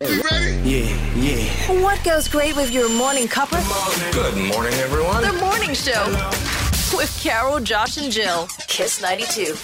Yeah, yeah. What goes great with your morning cuppa? Good morning, everyone. The morning show with Carol, Josh, and Jill. Kiss 92.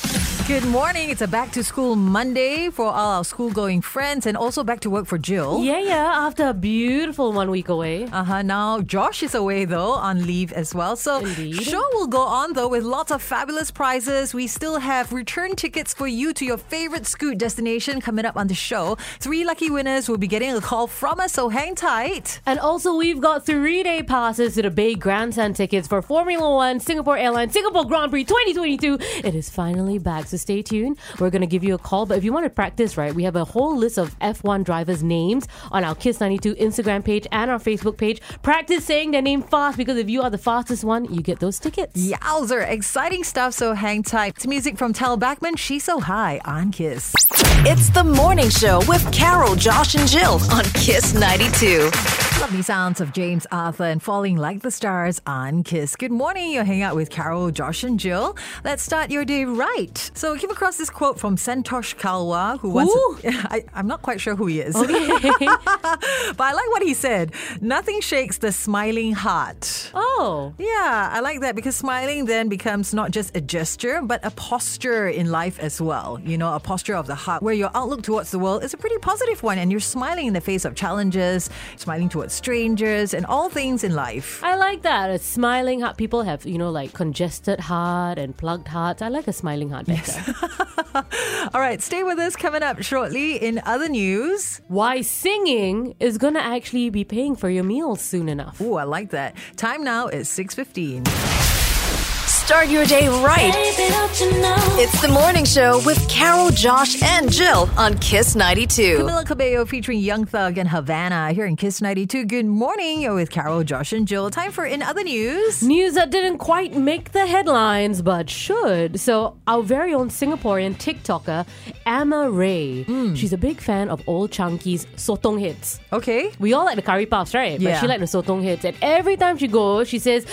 Good morning. It's a back to school Monday for all our school going friends and also back to work for Jill. Yeah, yeah, after a beautiful one week away. Uh huh. Now, Josh is away though on leave as well. So, Indeed. show will go on though with lots of fabulous prizes. We still have return tickets for you to your favorite scoot destination coming up on the show. Three lucky winners will be getting a call from us, so hang tight. And also, we've got three day passes to the Bay Grandstand tickets for Formula One, Singapore Airlines, Singapore Grand Prix 2022. It is finally back, so stay tuned. We're going to give you a call, but if you want to practice, right, we have a whole list of F1 drivers' names on our Kiss92 Instagram page and our Facebook page. Practice saying their name fast because if you are the fastest one, you get those tickets. Yowzer, exciting stuff, so hang tight. It's music from Tal Backman, She's So High on Kiss. It's the morning show with Carol, Josh, and Jill on Kiss 92. Lovely sounds of James Arthur and Falling Like the Stars on Kiss. Good morning. You're hanging out with Carol, Josh, and Jill. Let's start your day right. So I came across this quote from Santosh Kalwa, who once. Who? I, I'm not quite sure who he is, but I like what he said. Nothing shakes the smiling heart. Oh. Yeah, I like that because smiling then becomes not just a gesture, but a posture in life as well. You know, a posture of the heart where your outlook towards the world is a pretty positive one and you're smiling in the face of challenges, smiling towards strangers, and all things in life. I like that. A smiling heart. People have, you know, like congested heart and plugged hearts. I like a smiling heart better. All right, stay with us coming up shortly in other news. Why singing is going to actually be paying for your meals soon enough. Ooh, I like that. Time now is 6:15. Start your day right. It's the morning show with Carol, Josh, and Jill on Kiss 92. Camila Cabello featuring Young Thug and Havana here in Kiss 92. Good morning. You're with Carol, Josh, and Jill. Time for in other news. News that didn't quite make the headlines, but should. So, our very own Singaporean TikToker, Amma Ray, she's a big fan of Old Chunky's Sotong hits. Okay. We all like the curry puffs, right? Yeah. But she liked the sotong hits. And every time she goes, she says,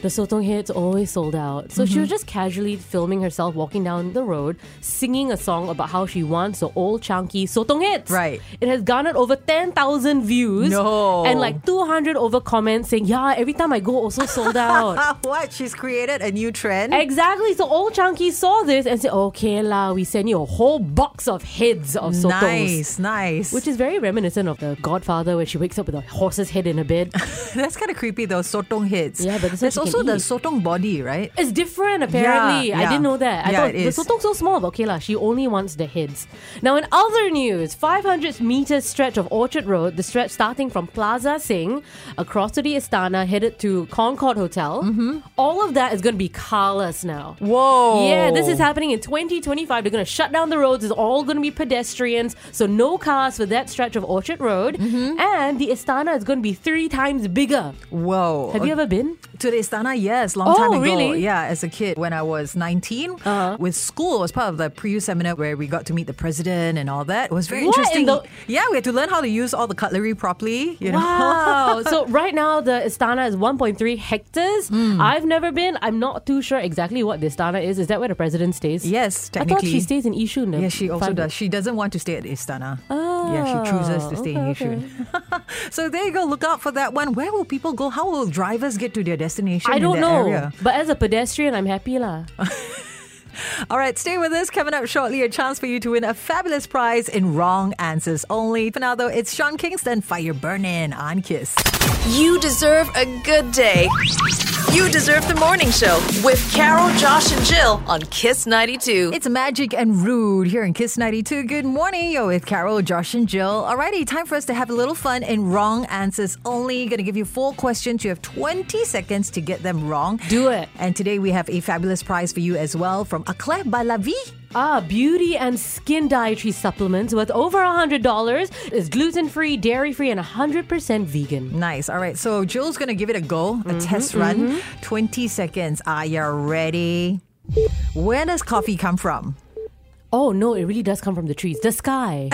the sotong hits always sold out. So Mm-hmm. she was just casually filming herself walking down the road, singing a song about how she wants the old chunky sotong hits. Right. It has garnered over 10,000 views. No. And like 200 over comments saying, yeah, every time I go, also sold out. Ah, what? She's created a new trend. Exactly. So old chunky saw this and said, okay la, we send you a whole box of heads of sotongs. nice, nice. Which is very reminiscent of the Godfather, where she wakes up with a horse's head in her bed. that's kind of creepy though. Sotong heads. Yeah, but that's what there's you also can the eat. sotong body, right? It's different, apparently. Yeah, I yeah. didn't know that. I Yeah, thought it is. the sotong's so small, but okay lah. She only wants the heads. Now, in other news, 500 meter stretch of Orchard Road, the stretch starting from Plaza Singh across to the Istana, headed to Concord Hotel. Mm-hmm. All of that is going to be carless now. Whoa. Yeah, this is happening in 2025. They're going to shut down the roads. It's all going to be pedestrians. So no cars for that stretch of Orchard Road. Mm-hmm. And the Istana is going to be three times bigger. Whoa. Uh, Have you ever been? to the Istana? Yes, long Oh, time ago. really? Uh-huh. Yeah, as a kid when I was 19 with school, it was part of the pre seminar where we got to meet the president and all that. It was very What interesting. in the- Yeah, we had to learn how to use all the cutlery properly. You know. Wow. so right now the Istana is 1.3 hectares. Hmm. I've never been. I'm not too sure exactly what the Istana is. Is that where the president stays? Yes, I thought technically. she stays in Yishun. the Yeah, she also five- Oh. does. She doesn't want to stay at Istana. yeah, she chooses to stay Ah, okay, in Yishun. so there you go. Look out for that one. Where will people go? How will drivers get to their destination? I in don't that know. area? But as a pedestrian, I'm happy lah. All right, stay with us. Coming up shortly, a chance for you to win a fabulous prize in wrong answers only. For now, though, it's Sean Kingston, Fire Burning on Kiss. You deserve a good day. You deserve the morning show with Carol, Josh, and Jill on Kiss 92. It's Magic and Rude here in Kiss 92. Good morning. You're with Carol, Josh, and Jill. Alrighty, time for us to have a little fun in wrong answers only. Gonna give you four questions. You have 20 seconds to get them wrong. Do it. And today we have a fabulous prize for you as well from Aclair Balavi. Ah, beauty and skin dietary supplements worth over $100 is gluten free, dairy free, and 100% vegan. Nice. All right. So Jill's going to give it a go, a Mm-hmm, test run. 20 seconds. Are you ready? Where does coffee come from? Oh no, it really does come from the trees. The sky.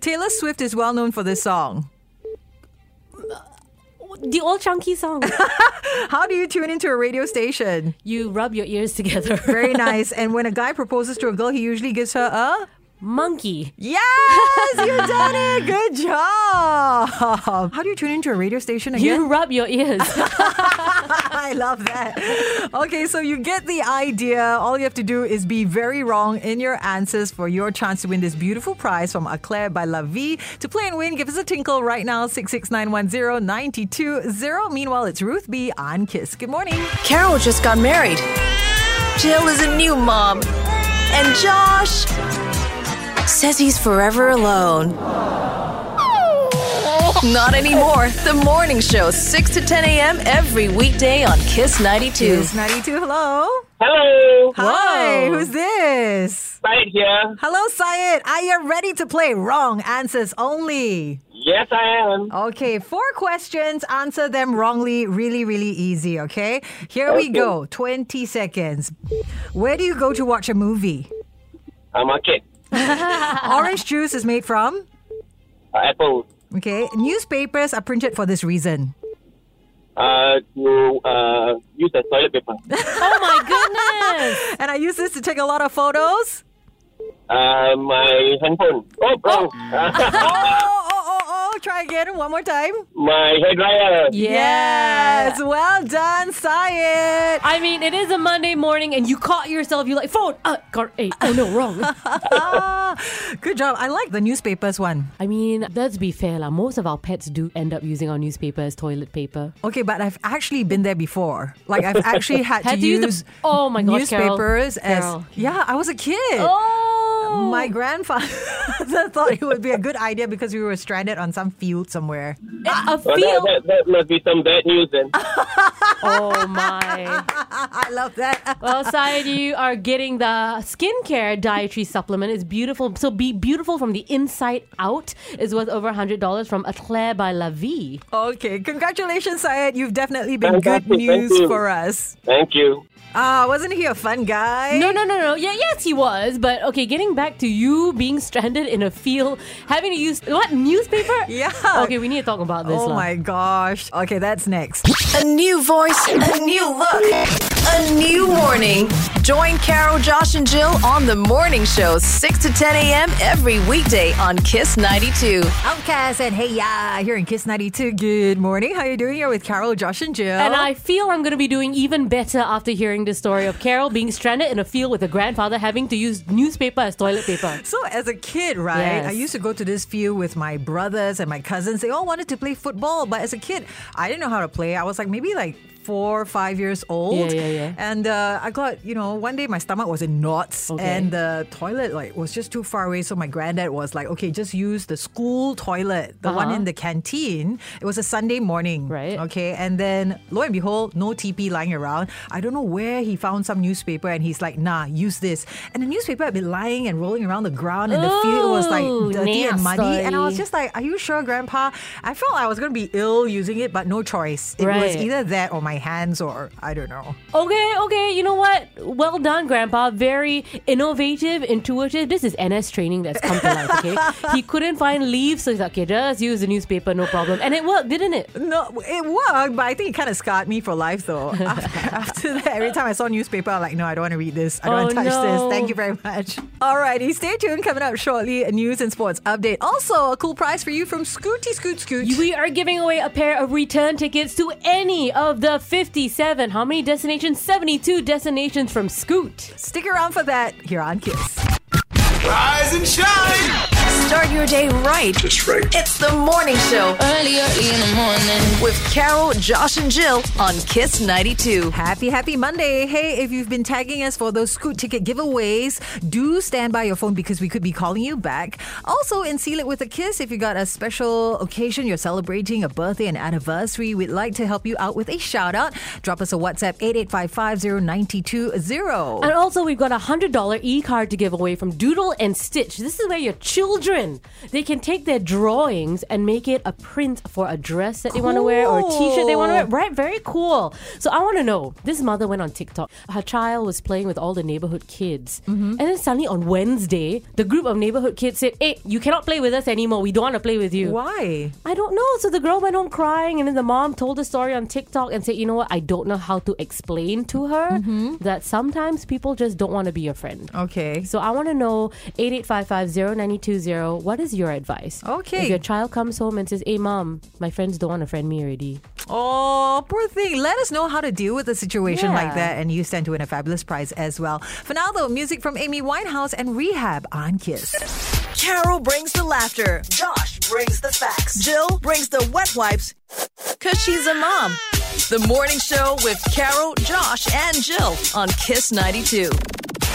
Taylor Swift is well known for this song. the old chunky song. How do you tune into a radio station? you rub your ears together. Very nice. and when a guy proposes to a girl, he usually gives her a monkey. Yes, you done it. Good job. How do you tune into a radio station again? You rub your ears. I love that. Okay, so you get the idea. All you have to do is be very wrong in your answers for your chance to win this beautiful prize from Eclair by La Vie. To play and win, give us a tinkle right now, 66910-920. Meanwhile, it's Ruth B on KISS. Good morning. Carol just got married. Jill is a new mom. And Josh says he's forever alone. Not anymore. The morning show, 6 to 10 a.m. every weekday on Kiss 92. It's 92. Hello. Hello, Hi, who's this? Syed here. Hello, Syed. Are you ready to play wrong answers only? Yes, I am. Okay, four questions. Answer them wrongly. Really, really easy, okay? Here we Okay. go. 20 seconds. Where do you go to watch a movie? I'm a kid. Orange juice is made from? Uh, Apple. Okay. Newspapers are printed for this reason. Uh, to uh, use as toilet paper. oh my goodness. And I use this to take a lot of photos. Uh, my handphone. Oh, wrong. Oh, oh, oh, oh. Try again one more time. my hair dryer. Yeah. Yes. Well done, Syed. I mean, it is a Monday morning and you caught yourself. You're like, phone, uh, car, eight. Oh no, wrong. Ah, good job. I like the newspapers one. I mean, let's be fair. lah. most of our pets do end up using our newspaper as toilet paper. Okay, but I've actually been there before. Like I've actually had, Had to, to use the- use Oh my gosh, Carol. newspapers as Carol. yeah. I was a kid. Oh. My grandfather thought it would be a good idea because we were stranded on some field somewhere. A Oh, that, field. that, that must be some bad news then. Oh my. I love that. Well, Syed, you are getting the skincare dietary supplement. It's beautiful. So be beautiful from the inside out. It's worth over $100 from Eclair by La Vie. Okay, congratulations, Syed. You've definitely been good Fantastic, thank news you. for us. Thank you. Ah, wasn't he a fun guy? No, no, no, no. Yeah, yes, he was. But okay, getting back to you being stranded in a field, having to use what newspaper? Yeah. Okay, we need to talk about this. Oh lah. my gosh. Okay, that's next. A new voice, a new look, a new morning. Join Carol, Josh, and Jill on the morning show, 6 to 10 a.m. every weekday on Kiss 92. Outcast and Hey Ya here in Kiss 92. Good morning. How you doing? You're with Carol, Josh, and Jill. And I feel I'm going to be doing even better after hearing the story of Carol being stranded in a field with her grandfather having to use newspaper as toilet paper. So as a kid, right, Yes. I used to go to this field with my brothers and my cousins. They all wanted to play football, but as a kid, I didn't know how to play. I was like maybe like four or five years old. Yeah, yeah, yeah. And uh, I got, you know, one day my stomach was in knots Okay. and the toilet like was just too far away. So my granddad was like, okay, just use the school toilet, the one Uh-huh. in the canteen. It was a Sunday morning. Right. Mm. Okay. And then lo and behold, no TP lying around. I don't know where he found some newspaper and he's like, nah, use this. And the newspaper had been lying and rolling around the ground and the field was like Ooh, dirty and muddy. nasty. And I was just like, Are you sure, Grandpa? I felt I was going to be ill using it, but no choice. It was Right. either that or my hands or I don't know. Okay, okay, you know what? Well done, Grandpa. Very innovative, intuitive. This is NS training that's come to life, okay? he couldn't find leaves, so he's like, okay, just use the newspaper, no problem. And it worked, didn't it? No, it worked, but I think it kind of scarred me for life though. after, after that, every time I saw newspaper, I'm like, No, I don't want to read this. I don't Oh, want to touch no. this. Thank you very much. Alrighty, stay tuned. Coming up shortly, a news and sports update. Also, a cool prize for you from Scooty Scoot Scoot. We are giving away a pair of return tickets to any of the 57. How many destinations? 72 destinations from Scoot. Stick around for that here on Kiss. Rise and shine. Start your day right. That's right. It's the morning show Early, early in the morning. with Carol, Josh, and Jill on Kiss 92. Happy, happy Monday. Hey, if you've been tagging us for those Scoot ticket giveaways, do stand by your phone because we could be calling you back. Also, in Seal It With a Kiss, if you got a special occasion, you're celebrating a birthday and anniversary, we'd like to help you out with a shout out. Drop us a WhatsApp 88550920. And also, we've got a $100 e card to give away from Doodle and Stitch. This is where your children children. They can take their drawings and make it a print for a dress that they want to wear or a t-shirt they want to wear. Right, very cool. So I want to know. This mother went on TikTok. Her child was playing with all the neighborhood kids, and then suddenly on Wednesday, the group of neighborhood kids said, "Hey, you cannot play with us anymore. We don't want to play with you." Why? I don't know. So the girl went home crying, and then the mom told the story on TikTok and said, "You know what? I don't know how to explain to her that sometimes people just don't want to be your friend." Oh. Okay. So I want to know 8855-0920, What is your advice? Okay. If your child comes home and says, "Hey, mom, my friends don't want to friend me already," Oh, poor thing. Let us know how to deal with a situation Yeah. like that, and you stand to win a fabulous prize as well. For now, though, music from Amy Winehouse and Rehab on Kiss. Carol brings the laughter. Josh brings the facts. Jill brings the wet wipes because she's a mom. The morning show with Carol, Josh, and Jill on Kiss 92.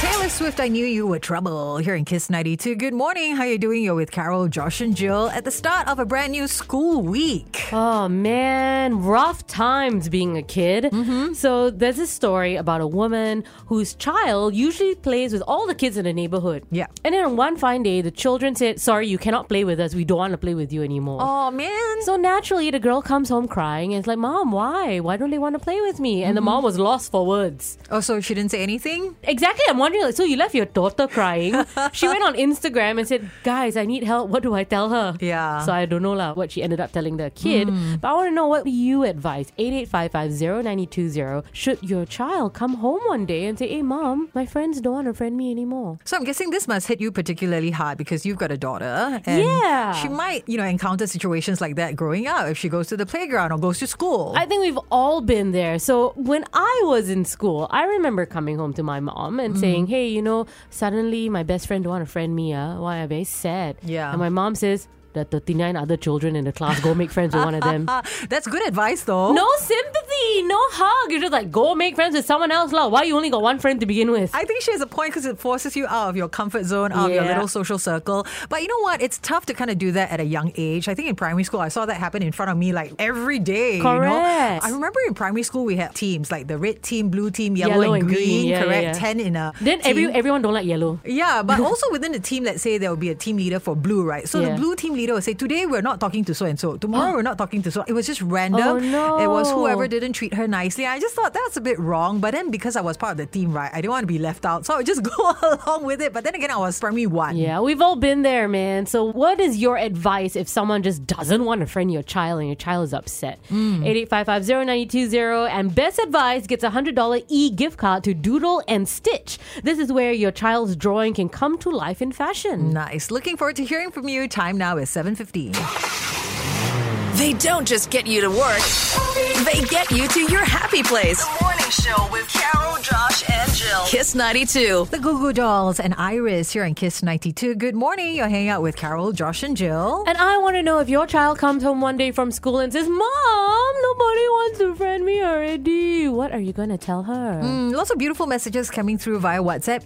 Taylor Swift, I knew you were trouble. Here in Kiss 92. Good morning. How you doing? You're with Carol, Josh, and Jill at the start of a brand new school week. Oh man, rough times being a kid. Mm-hmm. So there's this story about a woman whose child usually plays with all the kids in the neighborhood. Yeah. And then on one fine day, the children said, "Sorry, you cannot play with us. We don't want to play with you anymore." Oh man. So naturally, the girl comes home crying and is like, "Mom, why? Why don't they want to play with me?" And the Mm-hmm. mom was lost for words. Oh, so she didn't say anything? Exactly, I'm wondering. Like, so you left your daughter crying. she went on Instagram and said, "Guys, I need help. What do I tell her?" Yeah. So I don't know lah what she ended up telling the kid. But I want to know what you advise. Eight eight five five zero ninety two zero. Should your child come home one day and say, "Hey, mom, my friends don't want to friend me anymore." So I'm guessing this must hit you particularly hard because you've got a daughter. And Yeah. She might, you know, encounter situations like that growing up if she goes to the playground or goes to school. I think we've all been there. So when I was in school, I remember coming home to my mom Mm-hmm. and saying, "Hey, you know, suddenly my best friend don't want to friend me. Ah, why? I'm very sad." Yeah. And my mom says. The 39 other children in the class, go make friends with one of them. Uh, That's good advice, though. No sympathy, no hug. You're just like, go make friends with someone else. lah. Why you only got one friend to begin with? I think she has a point because it forces you out of your comfort zone, out of your Yeah. little social circle. But you know what? It's tough to kind of do that at a young age. I think in primary school, I saw that happen in front of me like every day. You know? Correct. I remember in primary school, we had teams like the red team, blue team, yellow, Yellow and, and green. Yeah, yeah, correct? yeah. 10 in a. then team. every, everyone don't like yellow. Yeah, but also within the team, let's say there will be a team leader for blue, right? So the Yeah. blue team leader will say, Today we're not talking to so and so. Tomorrow we're not talking to so. It was just random. Oh, no. It was whoever didn't treat her nicely. I just thought that's a bit wrong. But then because I was part of the team, right, I didn't want to be left out. So I would just go along with it. But then again, I was primary one. Yeah, we've all been there, man. So, what is your advice if someone just doesn't want to friend your child and your child is upset? 88550920 and best advice gets a $100 e gift card to Doodle and Stitch. This is where your child's drawing can come to life in fashion. Nice. Looking forward to hearing from you. Time now is 7.15. They don't just get you to work, they get you to your happy place. The morning show with Carol, Josh, and Jill. Kiss 92. The Goo Goo Dolls and Iris here on KISS 92. Good morning. You're hanging out with Carol, Josh and Jill. And I want to know if your child comes home one day from school and says, Mom, nobody wants to friend me already. What are you going to tell her? Lots of beautiful messages coming through via WhatsApp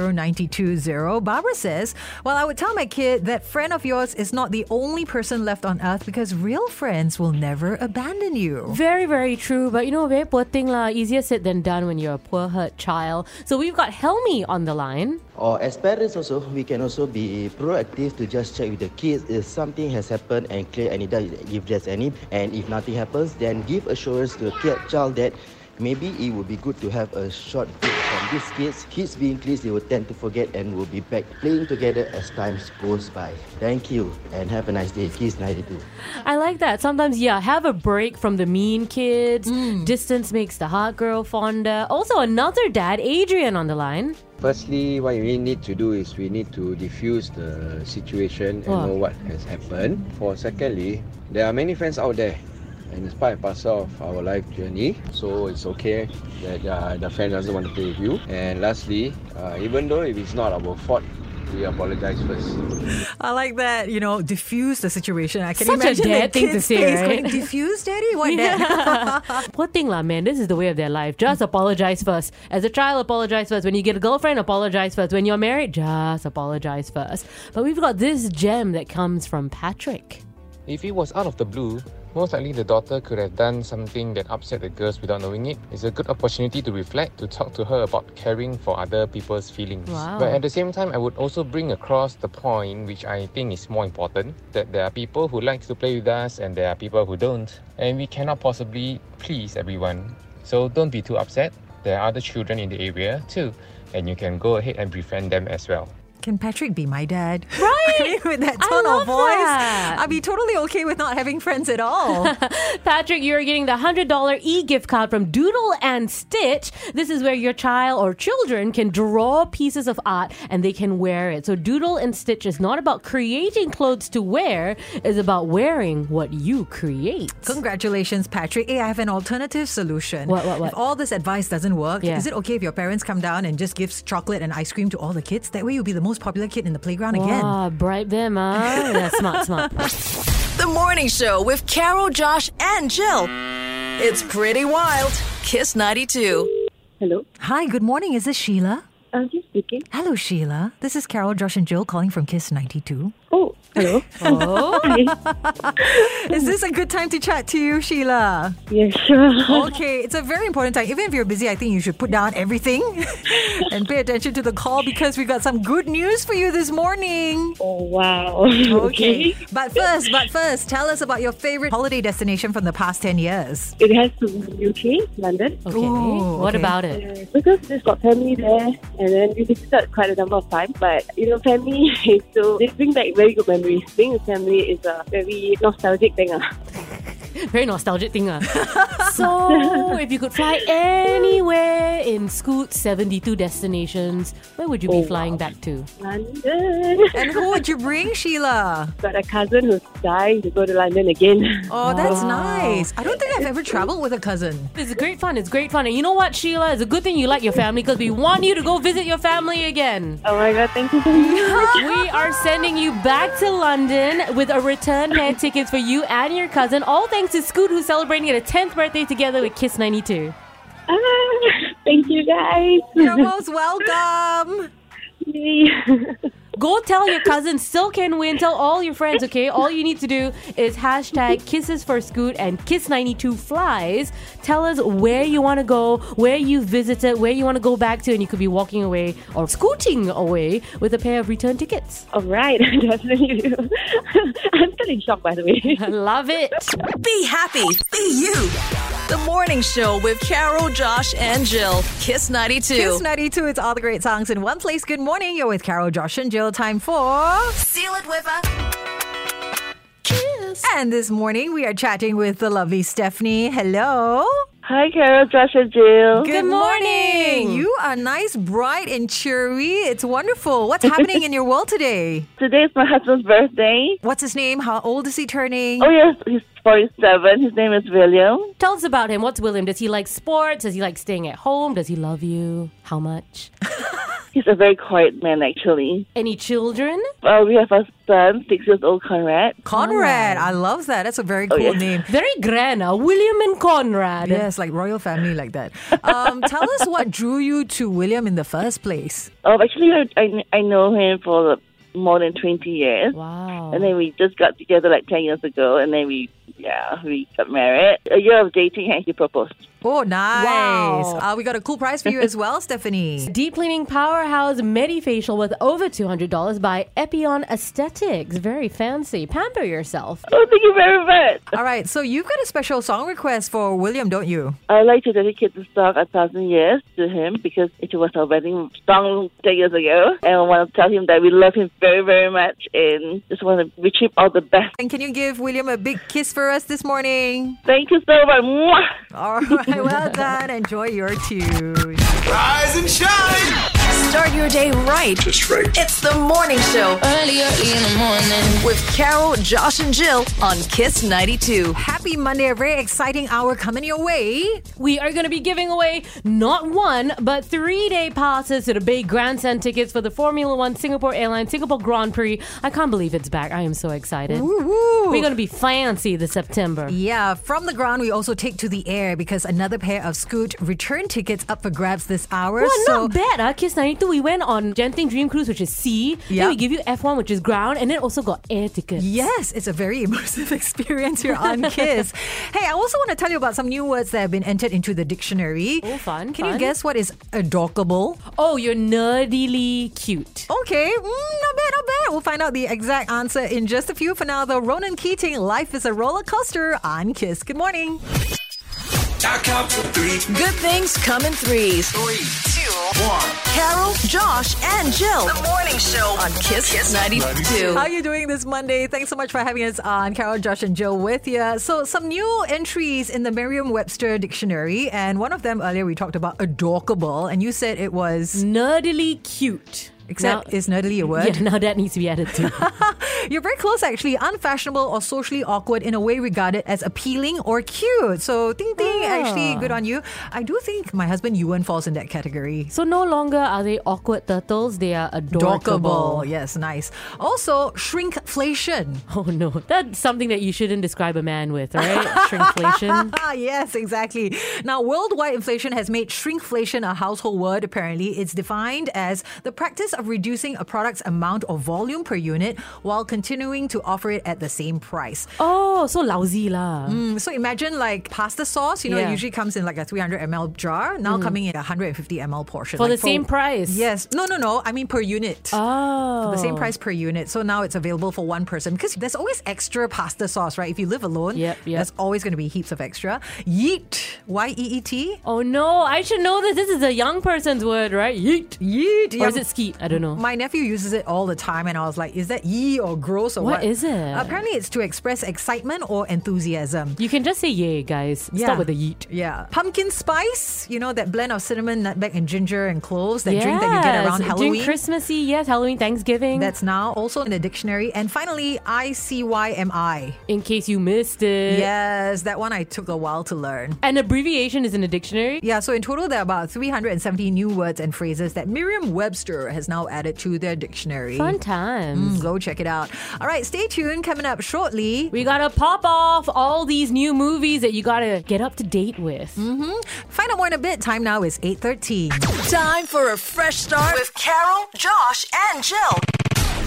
88550920. Barbara says, Well, I would tell my kid that friend of yours is not the only person left on earth because real friends will never abandon you. Very, very true. But you know, very poor thing, lah. Easier said than done when you're a poor, hurt child. So we've got Helmi on the line. Or as parents also, we can also be proactive to just check with the kids if something has happened and clear any doubt if there's any. And if nothing happens, then give assurance to the kid, child that maybe it would be good to have a short break from these kids. Kids being kids, they will tend to forget and will be back playing together as time goes by. Thank you and have a nice day. Kids 92. I like that. Sometimes, yeah, have a break from the mean kids. Distance makes the hot girl fonder. Also, another dad, Adrian, on the line. Firstly, what you really need to do is we need to diffuse the situation and Wow. know what has happened. For secondly, there are many friends out there, and it's part and parcel of our life journey. So it's okay that uh, the friend doesn't want to play with you. And lastly, uh, even though if it's not our fault, we apologize first. I like that, you know, diffuse the situation. I can Such a imagine dad the thing to kid's say, face going, right? Diffuse, daddy? What, dad? Poor thing, lah, man. This is the way of their life. Just apologize first. As a child, apologize first. When you get a girlfriend, apologize first. When you're married, just apologize first. But we've got this gem that comes from Patrick. If it was out of the blue, Most likely, the daughter could have done something that upset the girls without knowing it. It's a good opportunity to reflect, to talk to her about caring for other people's feelings. Wow. But at the same time, I would also bring across the point, which I think is more important, that there are people who like to play with us and there are people who don't. And we cannot possibly please everyone. So don't be too upset. There are other children in the area too, and you can go ahead and befriend them as well. Can Patrick be my dad? Right? I mean, with that I tone love of voice, that. I'd be totally okay with not having friends at all. Patrick, you're getting the $100 e gift card from Doodle and Stitch. This is where your child or children can draw pieces of art and they can wear it. So, Doodle and Stitch is not about creating clothes to wear, it's about wearing what you create. Congratulations, Patrick. Hey, I have an alternative solution. What, what, what? If all this advice doesn't work, Yeah. is it okay if your parents come down and just gives chocolate and ice cream to all the kids? That way you'll be the most popular kid in the playground again. Ah, bribe them, huh? Yeah, smart, smart. The Morning Show with Carol, Josh, and Jill. It's pretty wild. Kiss 92. Hello. Hi, good morning. Is this Sheila? I'm just Uh, speaking. Hello, Sheila. This is Carol, Josh, and Jill calling from Kiss 92. Oh, hello. Oh, Is this a good time to chat to you, Sheila? yeah, sure. Okay, it's a very important time. Even if you're busy, I think you should put down everything and pay attention to the call because we got some good news for you this morning. Oh, wow. Okay. But first, but first, tell us about your favorite holiday destination from the past 10 years. It has to be UK, London. okay. Ooh, What okay. about it? Uh, Because we've got family there, and then we visited quite a number of times. But you know, family is so they bring back very good memories. Being with family is a very nostalgic thing. ah. Very nostalgic thing. ah. so, if you could fly anywhere in Scoot 72 destinations, where would you be Oh, flying wow. back to? London. And who would you bring, Sheila? got a cousin who's dying to go to London again. Oh, that's Wow. nice. I don't think I've ever traveled with a cousin. It's great fun. It's great fun. And you know what, Sheila? It's a good thing you like your family because we want you to go visit your family again. Oh my god! Thank you so much. We are sending you back to London with a return pair of tickets for you and your cousin, all thanks to Scoot, who's celebrating their 10th birthday together with Kiss 92. Ah, thank you guys. You're most welcome. Yay. Go tell your cousin still can win. Tell all your friends, okay? All you need to do is hashtag kisses for Scoot and Kiss92 flies. Tell us where you want to go, where you visited, where you want to go back to, and you could be walking away or scooting away with a pair of return tickets. All right, definitely. do. I'm still in shock, by the way. I love it. Be happy. Be you. The Morning Show with Carol, Josh, and Jill. Kiss 92. Kiss 92, it's all the great songs in one place. Good morning. You're with Carol, Josh, and Jill. Time for. Seal it with a kiss. And this morning we are chatting with the lovely Stephanie. Hello. Hi, Carol, Josh, and Jill. Good morning. You are nice, bright, and cheery. It's wonderful. What's happening in your world today? Today is my husband's birthday. What's his name? How old is he turning? Oh, yes, he's 47. His name is William. Tell us about him. What's William? Does he like sports? Does he like staying at home? Does he love you? How much? He's a very quiet man, actually. Any children? Uh, we have a son, six years old, Conrad. Conrad. I love that. That's a very cool yeah. name. Very grand, ah. William and Conrad. Yes, like royal family, like that. Um, tell us what drew you to William in the first place. Um, actually, I, I, I know him for more than 20 years. Wow. And then we just got together like 10 years ago, and then we, yeah, we got married. A year of dating, and he proposed. Oh, nice. Wow. Uh, we got a cool prize for you as well, Stephanie. Deep cleaning powerhouse Medifacial with over $200 by Epion Aesthetics. Very fancy. Pamper yourself. Oh, thank you very much. All right, so you've got a special song request for William, don't you? I would like to dedicate the song A Thousand Years to him because it was our wedding song 10 years ago. And I want to tell him that we love him very, very much and just want to wish him all the best. And can you give William a big kiss for us this morning? Thank you so much. Mwah! All right, well done. Enjoy your tune. Rise and shine. Start your day right. That's right. It's the Morning Show Early, early in the morning. with Carol, Josh, and Jill on Kiss 92. Happy Monday, a very exciting hour coming your way. We are going to be giving away not one, but three day passes to the big grandstand tickets for the Formula One Singapore Airlines Singapore Grand Prix. I can't believe it's back. I am so excited. Woo-woo. We're going to be fancy this September. Yeah, from the ground, we also take to the air because another pair of Scoot return tickets up for grabs this hour. Well, so not bad, huh? Kiss 92 after we went on Genting Dream Cruise, which is sea, Yeah. then we give you F1, which is ground, and then also got air tickets. Yes, it's a very immersive experience here on Kiss. hey, I also want to tell you about some new words that have been entered into the dictionary. Oh, fun. Can you fun. guess what is adorkable? Oh, you're nerdily cute. Okay, mm, not bad, not bad. We'll find out the exact answer in just a few. For now, though, Ronan Keating, Life is a Roller Coaster on Kiss. Good morning. Good things come in threes. Three, two, one. Carol, Josh, and Jill. The morning show on Kiss, Kiss 92. How are you doing this Monday? Thanks so much for having us on Carol, Josh, and Joe with you. So, some new entries in the Merriam Webster dictionary, and one of them earlier we talked about adorkable, and you said it was nerdily cute. Except, Now- is nerdily a word? Yeah, now that needs to be added too. You're very close, actually. Unfashionable or socially awkward in a way regarded as appealing or cute. So, ding ding, Ah. actually, good on you. I do think my husband Yuan falls in that category. so no longer are they awkward turtles, they are adorable. Dorkable. Yes, nice. Also, shrinkflation. Oh no, that's something that you shouldn't describe a man with, right? Shrinkflation. Ah, yes, exactly. Now, worldwide inflation has made shrinkflation a household word, apparently. It's defined as the practice of reducing a product's amount or volume per unit while continuing to offer it at the same price. Oh, so lousy lah. Mm, so imagine like pasta sauce, you know, it Yeah. Mm. usually comes in like a 300 ml jar, now coming in a 150 ml portion. For Like, the same price. Yes. No, no, no. I mean per unit. Oh. For the same price per unit. So now it's available for one person because there's always extra pasta sauce, right? If you live alone, Yep, yep. there's always going to be heaps of extra. Yeet. Y E E T. Oh no, I should know this. This is a young person's word, right? Yeet. Yeet. Or is it skeet? I don't know. My nephew uses it all the time, and I was like, is that yee or gross or what? What is it? Apparently, it's to express excitement or enthusiasm. You can just say yay, guys. Stop with the yeet. Yeah. Pumpkin spice, you know, that blend of cinnamon, nutmeg, and ginger and cloves, that drink that you get Yes, around During Halloween. Christmassy, yes, Halloween, Thanksgiving. That's now also in the dictionary. And finally, I C Y M I. in case you missed it. Yes, that one I took a while to learn. An abbreviation is in the dictionary. Yeah, so in total, there are about 370 new words and phrases that Merriam Webster has now added to their dictionary. Fun times. Mm, Go check it out. All right, stay tuned. Coming up shortly, We gotta pop off all these new movies that you gotta get up to date with. find out more in a bit. Time now is 8.13. Time for a fresh start with Carol, Josh, and Jill.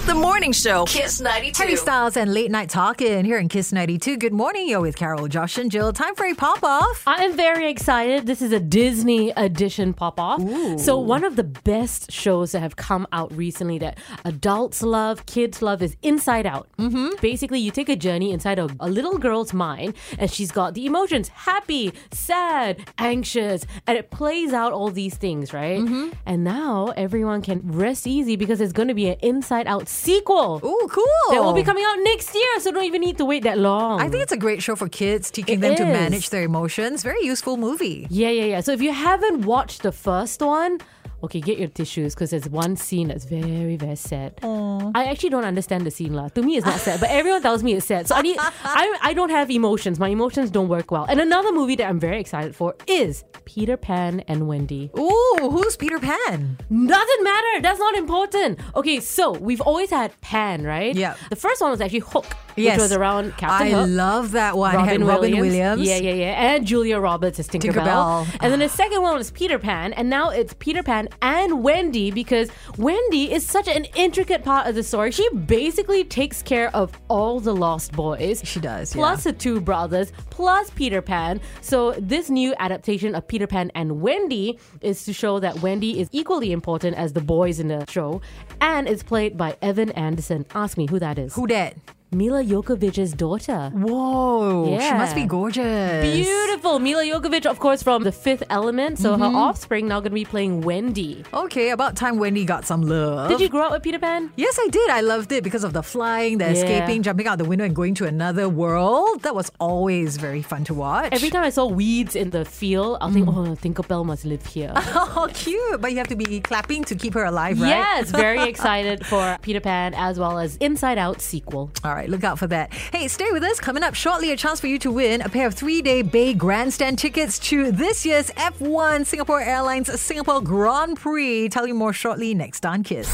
The morning show, Kiss 92. Harry Styles and Late Night Talkin' here in Kiss 92. Good morning, you're with Carol, Josh, and Jill. Time for a pop off. I am very excited. This is a Disney edition pop off. So, one of the best shows that have come out recently that adults love, kids love is Inside Out. Mm-hmm. Basically, you take a journey inside a, a little girl's mind, and she's got the emotions happy, sad, anxious, and it plays out all these things, right? Mm-hmm. And now everyone can rest easy because there's going to be an Inside Out sequel Ooh, cool. that will be coming out next year. So, don't even need to wait that long. Oh. I think it's a great show for kids, teaching It them to is. manage their emotions. Very useful movie. Yeah, yeah, yeah. So if you haven't watched the first one, okay, get your tissues because there's one scene that's very, very sad. I actually don't understand the scene, lah. To me, it's not sad, but everyone tells me it's sad. So I need, I, I don't have emotions. My emotions don't work well. And another movie that I'm very excited for is Peter Pan and Wendy. Ooh, who's Peter Pan? Doesn't matter. That's not important. Okay, so we've always had Pan, right? Yeah. The first one was actually Hook, Yes. which was around Captain I Hook. love that one. It had Robin Williams. Yeah, yeah, yeah. And Julia Roberts as Tinkerbell. Tinkerbell. And then the second one was Peter Pan. And now it's Peter Pan and Wendy because Wendy is such an intricate part of the story. She basically takes care of all the lost boys. She does, Plus the two brothers, plus Peter Pan. So this new adaptation of Peter Pan and Wendy is to show that Wendy is equally important as the boys in the show. And it's played by Evan Anderson. Ask me who that is. Who that? Mila Jokovic's daughter. Whoa, she Yeah. must be gorgeous. Beautiful. Mila Jokovic, of course, from The Fifth Element. So her offspring now going to be playing Wendy. Okay, about time Wendy got some love. Did you grow up with Peter Pan? Yes, I did. I loved it because of the flying, the Yeah. escaping, jumping out the window, and going to another world. That was always very fun to watch. Every time I saw weeds in the field, I'll think, oh, Tinkerbell must live here. Oh, cute. But you have to be clapping to keep her alive, right? Yes, very excited for Peter Pan as well as Inside Out sequel. All right, look out for that. Hey, stay with us. Coming up shortly, a chance for you to win a pair of three day Bay Grandstand tickets to this year's F1 Singapore Airlines Singapore Grand Prix. Tell you more shortly next on Kiss.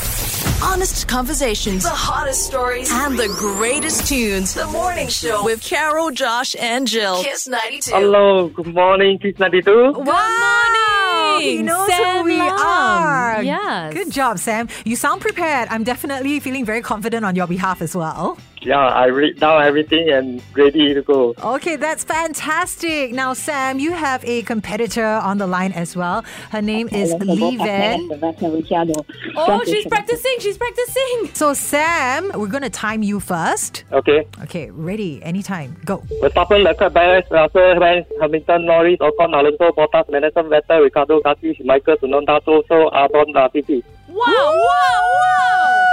Honest conversations, the hottest stories, and the greatest tunes. The morning show with Carol, Josh, and Jill. Kiss 92. Hello, good morning, Kiss 92. Wow! He amazing. knows Sam who we Lam. are. Yes. Good job, Sam. You sound prepared. I'm definitely feeling very confident on your behalf as well. Yeah, I read down everything and ready to go. Okay, that's fantastic. Now, Sam, you have a competitor on the line as well. Her name is Levan. Oh, she's practicing. She's practicing. So, Sam, we're going to time you first. Okay. Okay, ready, anytime. Go. Verstappen, Leclerc, Perez, Russell, Hens, Hamilton, Norris, Ocon, Alonso, Bottas, Magnussen, Vettel, Ricardo, Gasly, Michael, Tsunoda, Soso, Albon, Latifi. Wow, wow, wow.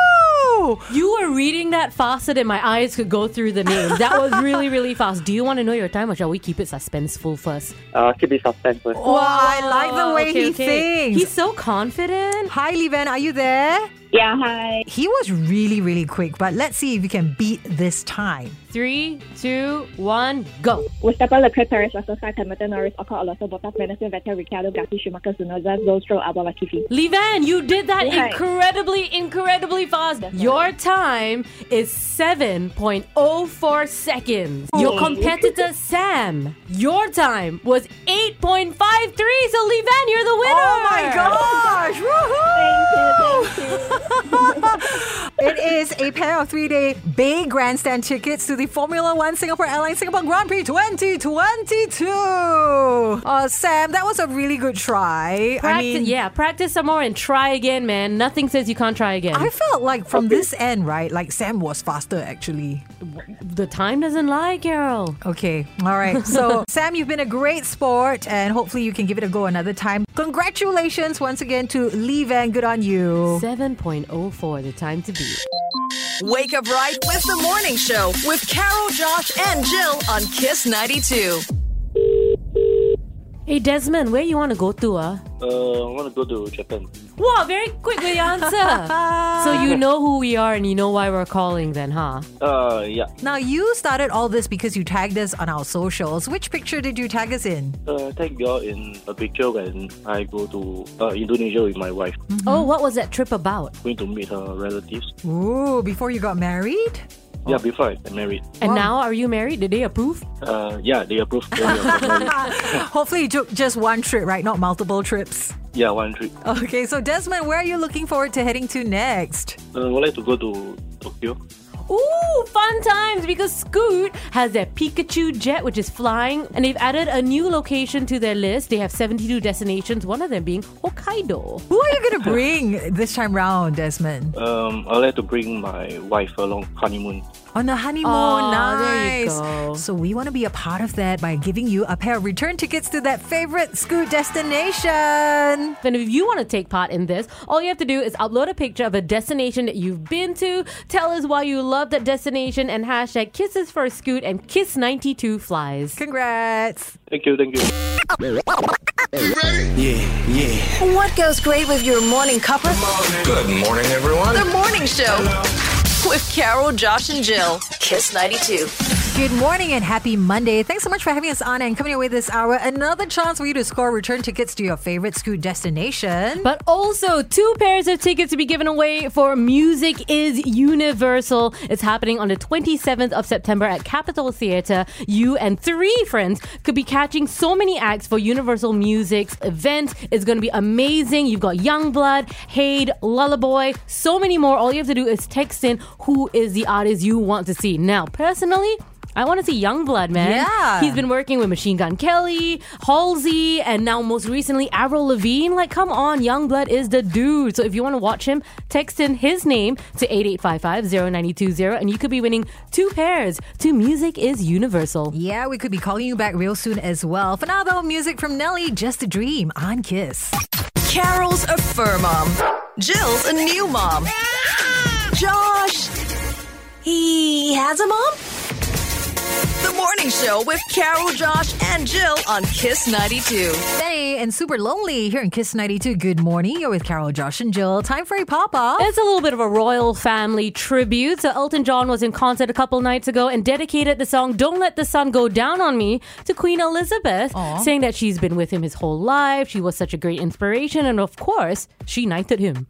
You were reading that faster than my eyes could go through the names. That was really, really fast. Do you want to know your time or shall we keep it suspenseful first? Oh, Uh, keep it suspense first. Wow, I like the way Okay, he okay. thinks. He's so confident. Hi, Levan, are you there? Yeah, hi. He was really, really quick, but let's see if you can beat this time. Three, two, one, go. Verstappen, Leclerc, Perez, Russell, Sainz, Hamilton, Norris, Ocon, Alonso, Bottas, Magnussen, Vettel, Ricciardo, Gasly, Schumacher, Tsunoda, Zhou, Stroll, Albon, Latifi. Levan, you did that Yeah. incredibly, incredibly fast. Your time is 7.04 seconds. Your Oh. competitor, Sam, your time was 8.53. So, Levan, you're the winner. Oh my gosh! Woohoo! it is a pair of three day Bay Grandstand tickets to the Formula One Singapore Airlines Singapore Grand Prix 2022. Oh, Sam, that was a really good try. I Practice, mean, yeah, practice some more and try again, man. Nothing says you can't try again. I felt like from this end, right, like Sam was faster actually. the time doesn't lie, Carol. Okay, all right. So, Sam, you've been a great sport, and hopefully, you can give it a go another time. Congratulations once again to Lee Van. Good on you. 7.04, the time to beat. Wake up right with the morning show with Carol, Josh, and Jill on Kiss 92. Hey, Desmond, where you want to go to, uh? Uh, I want to go to Japan. Wow, very quick with your answer. so you know who we are and you know why we're calling then, huh? Uh, yeah. Now, you started all this because you tagged us on our socials. Which picture did you tag us in? Uh, thank you all in a picture when I go to uh, Indonesia with my wife. Oh, what was that trip about? Going to meet her relatives. Oh, Ooh, before you got married? Yeah, before I get married. And now are you married? Did they approve? Uh, yeah, they approved. They approved. Hopefully, you took just one trip, right? Not multiple trips. yeah, one trip. Okay, so Desmond, where are you looking forward to heading to next? Uh, I would like to go to Tokyo. Ooh, fun times because Scoot has their Pikachu jet, which is flying, and they've added a new location to their list. They have 72 destinations, one of them being Hokkaido. Who are you going to bring this time round, Desmond? Um, I would like to bring my wife along honeymoon. On the honeymoon, Aw, there you nice. go. So we want to be a part of that by giving you a pair of return tickets to that favorite school destination. And if you want to take part in this, all you have to do is upload a picture of a destination that you've been to, tell us why you love that destination, and hashtag kisses for Scoot and Kiss92 flies. Congrats. Thank you, thank you. Yeah, yeah. What goes great with your morning cuppa? Good morning, everyone. The morning show with Carol, Josh, and Jill. Kiss 92. Good morning and happy Monday. Thanks so much for having us on and coming your way this hour. Another chance for you to score return tickets to your favorite school destination. But also, two pairs of tickets to be given away for Music is Universal. It's happening on the 27th of September at Capitol Theatre. You and three friends could be catching so many acts for Universal Music's event. It's going to be amazing. You've got Youngblood, Haid, Lullaboy, so many more. All you have to do is text in who is the artist you want to see. Now, personally, I want to see Youngblood, man. Yeah. He's been working with Machine Gun Kelly, Halsey, and now most recently Avril Lavigne. Like, come on, Youngblood is the dude. So if you want to watch him, text in his name to 8855-0920 and you could be winning two pairs to Music is Universal. Yeah, we could be calling you back real soon as well. For now, though, music from Nelly, Just a Dream on Kiss. Carol's a fur mom. Jill's a new mom. Josh, he has a mom? The morning show with Carol, Josh, and Jill on Kiss 92. Benny and Super Lonely here in Kiss 92. Good morning. You're with Carol, Josh, and Jill. Time for a pop up. It's a little bit of a royal family tribute. So Elton John was in concert a couple nights ago and dedicated the song Don't Let the Sun Go Down on Me to Queen Elizabeth, saying that she's been with him his whole life. She was such a great inspiration. And of course, she knighted him.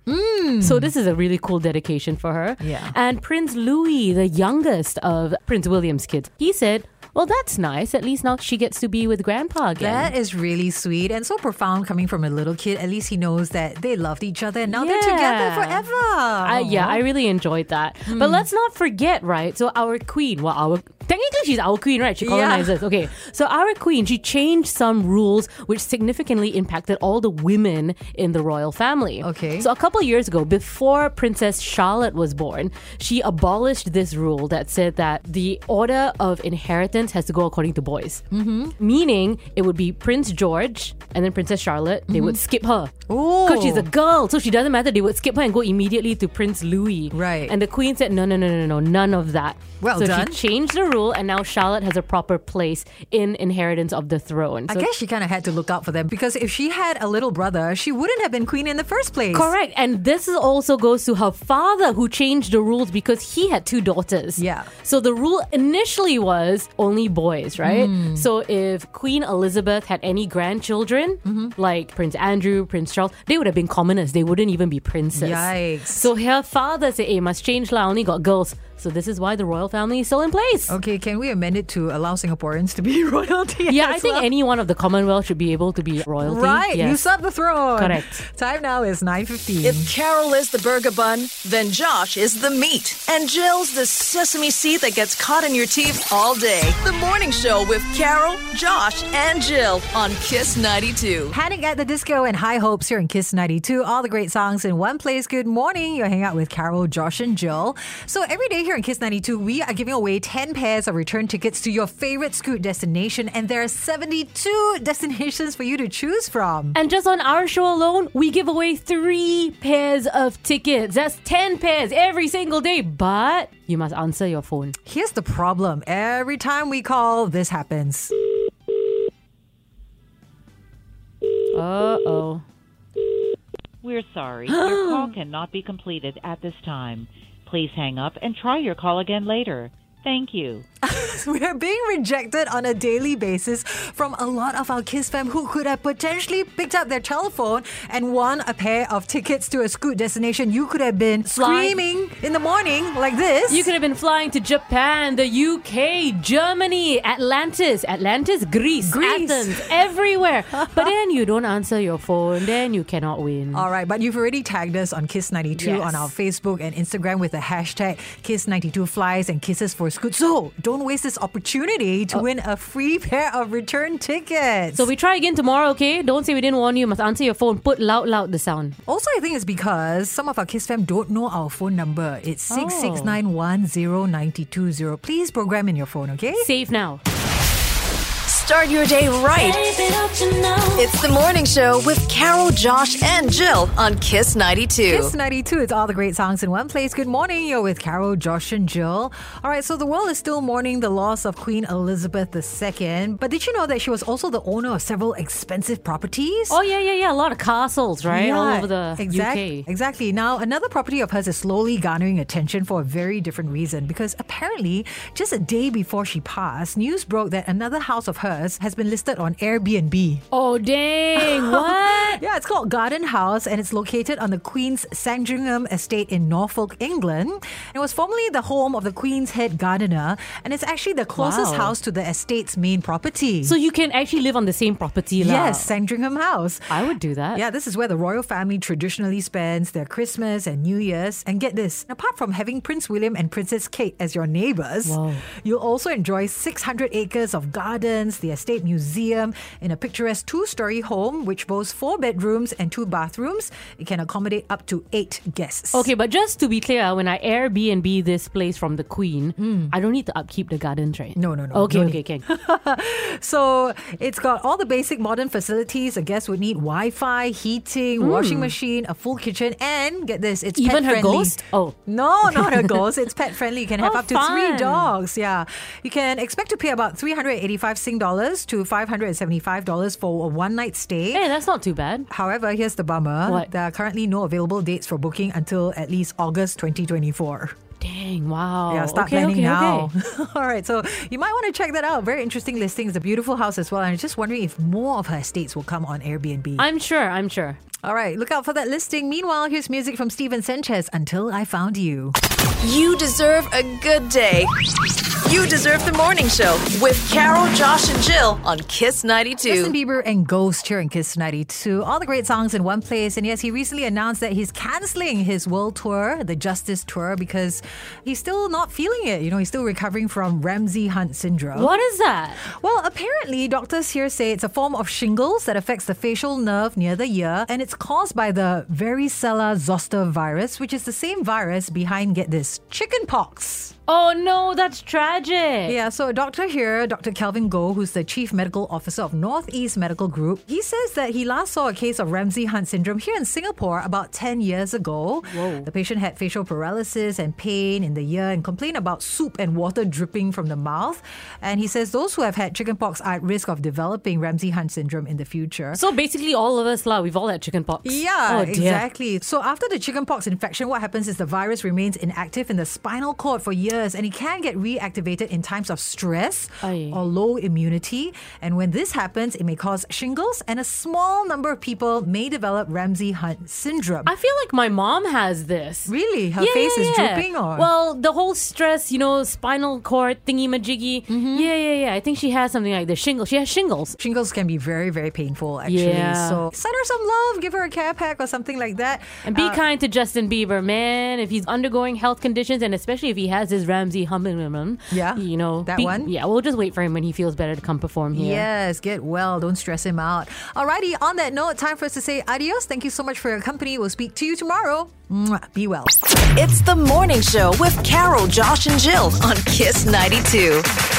So this is a really cool dedication for her. Yeah. And Prince Louis, the youngest of Prince William's kids, he said, Well, that's nice. At least now she gets to be with grandpa again. That is really sweet and so profound coming from a little kid. At least he knows that they loved each other and now they're together Yeah. forever. I, yeah, I really enjoyed that. But let's not forget, right? So our queen, well, our technically she's our queen, right? She Yeah. colonizes. Okay, so our queen, she changed some rules which significantly impacted all the women in the royal family. Okay, so a couple of years ago, before Princess Charlotte was born, she abolished this rule that said that the order of inheritance has to go according to boys, mm-hmm. meaning it would be Prince George and then Princess Charlotte. They would Mhm. skip her because she's a girl, so she doesn't matter. They would skip her and go immediately to Prince Louis. Right. And the queen said, no, no, no, no, no, none of that. Well so done. she changed the rule, and now Charlotte has a proper place in inheritance of the throne. I So- guess she kind of had to look out for them because if she had a little brother, she wouldn't have been queen in the first place. Correct. And this is also goes to her father who changed the rules because he had two daughters. Yeah. So the rule initially was only boys, right? Hmm. Mm. So if Queen Elizabeth had any grandchildren, Mm-hmm. like Prince Andrew, Prince Charles, they would have been commoners. They wouldn't even be princes. Yikes. So her father said, hey, must change lah, only got girls. So this is why the royal family is still in place. Okay, can we amend it to allow Singaporeans to be royalty? Yeah, as I think well? any one of the Commonwealth should be able to be royalty. Right, you Yes. sub the throne. Correct. Time now is 9.15. If Carol is the burger bun, then Josh is the meat. And Jill's the sesame seed that gets caught in your teeth all day. The morning show with Carol, Josh, and Jill on Kiss 92. Panic at the Disco and High Hopes here in Kiss 92. All the great songs in one place. Good morning. You're hanging out with Carol, Josh, and Jill. So every day here in Kiss 92, we are giving away 10 pairs of return tickets to your favorite Scoot destination. And there are 72 destinations for you to choose from. And just on our show alone, we give away three pairs of tickets. That's 10 pairs every single day. But you must answer your phone. Here's the problem. Every time we call, this happens. Uh oh. We're sorry. Your call cannot be completed at this time. Please hang up and try your call again later. Thank you. We're being rejected on a daily basis from a lot of our Kiss fam who could have potentially picked up their telephone and won a pair of tickets to a scoot destination. You could have been screaming in the morning like this. You could have been flying to Japan, the UK, Germany, Atlantis, Atlantis, Greece, Greece. Athens, everywhere. but then you don't answer your phone, then you cannot win. All right, but you've already tagged us on Kiss92 Yes. on our Facebook and Instagram with the hashtag Kiss92Flies and Kisses for Scoot. So don't waste this opportunity to win a free pair of return tickets. Oh. So we try again tomorrow, okay? Don't say we didn't warn you. Must answer your phone. Put loud, loud the sound. Also, I think it's because some of our Kiss fam don't know our phone number. It's Oh. six six nine one zero ninety two zero. Please program in your phone, okay? Save now. Start your day right. It's the morning show with Carol, Josh, and Jill on Kiss 92. Kiss 92, it's all the great songs in one place. Good morning, you're with Carol, Josh, and Jill. All right, so the world is still mourning the loss of Queen Elizabeth II, but did you know that she was also the owner of several expensive properties? Oh, yeah, yeah, yeah. A lot of castles, right? All Yeah, over the exact- UK. Exactly. Now, another property of hers is slowly garnering attention for a very different reason because apparently, just a day before she passed, news broke that another house of hers has been listed on Airbnb. Oh, dang. What? yeah, it's called Garden House and it's located on the Queen's Sandringham Estate in Norfolk, England. It was formerly the home of the Queen's head gardener and it's actually the closest Wow. house to the estate's main property. So you can actually live on the same property, lah. Yes, Sandringham House. I would do that. Yeah, this is where the royal family traditionally spends their Christmas and New Year's. And get this apart from having Prince William and Princess Kate as your neighbors, Wow. you'll also enjoy 600 acres of gardens, the estate museum, in a picturesque two story home which boasts four bedrooms and two bathrooms. It can accommodate up to eight guests. Okay, but just to be clear, when I Airbnb this place from the Queen, I don't need to upkeep the gardens, right? No, no, Okay, Hmm. no okay, okay. So it's got all the basic modern facilities. A guest would need Wi Fi, heating, Mm. washing machine, a full kitchen, and get this, it's Even pet her friendly. ghost? Oh. No, not a ghost. It's pet friendly. You can have Oh, up to fun. three dogs. Yeah. You can expect to pay about 385 Sing dollars to 575 dollars for a one night stay. Hey, that's not too bad. However, here's the bummer. What? There are currently no available dates for booking until at least August 2024. Dang, wow. Yeah, start Oh, okay, planning okay, now. okay. All right, so you might want to check that out. Very interesting listing. It's a beautiful house as well. And I'm just wondering if more of her estates will come on Airbnb. I'm sure, I'm sure. All right, look out for that listing. Meanwhile, here's music from Steven Sanchez Until I Found You. You deserve a good day. You deserve the morning show with Carol, Josh, and Jill on Kiss 92. Justin Bieber and Ghost here in Kiss 92. All the great songs in one place. And yes, he recently announced that he's canceling his world tour, the Justice Tour, because he's still not feeling it. You know, he's still recovering from Ramsey Hunt syndrome. What is that? Well, apparently, doctors here say it's a form of shingles that affects the facial nerve near the ear, and it's caused by the varicella zoster virus, which is the same virus behind, get this, chicken pox. Oh no, that's tragic. Yeah, so a doctor here, Dr. Calvin Goh, who's the chief medical officer of Northeast Medical Group, he says that he last saw a case of Ramsey Hunt syndrome here in Singapore about 10 years ago. The patient had facial paralysis and pain in the ear and complained about soup and water dripping from the mouth. And he says those who have had chickenpox are at risk of developing Ramsey Hunt syndrome in the future. So basically, all of us, lah, we've all had chickenpox. Yeah, oh, dear. exactly. So after the chickenpox infection, what happens is the virus remains inactive in the spinal cord for years and it can get reactivated in times of stress or low immunity. And when this happens, it may cause shingles and a small number of people may develop Ramsey Hunt syndrome. I feel like my mom has this. Really? Her Yeah, face yeah, is yeah. drooping or? Well, the whole stress, you know, spinal cord thingy majiggy. Mm-hmm. Yeah, yeah, yeah. I think she has something like the shingles. She has shingles. Shingles can be very, very painful, actually. Yeah. So send her some love, give her a care pack or something like that. And be Uh, kind to Justin Bieber, man. If he's undergoing health conditions, and especially if he has his Ramsey humming, yeah, you know that be- one? Yeah, we'll just wait for him when he feels better to come perform here. Yes, get well. Don't stress him out. Alrighty, on that note, time for us to say adios. Thank you so much for your company. We'll speak to you tomorrow. Mwah. Be well. It's the morning show with Carol, Josh, and Jill on Kiss 92.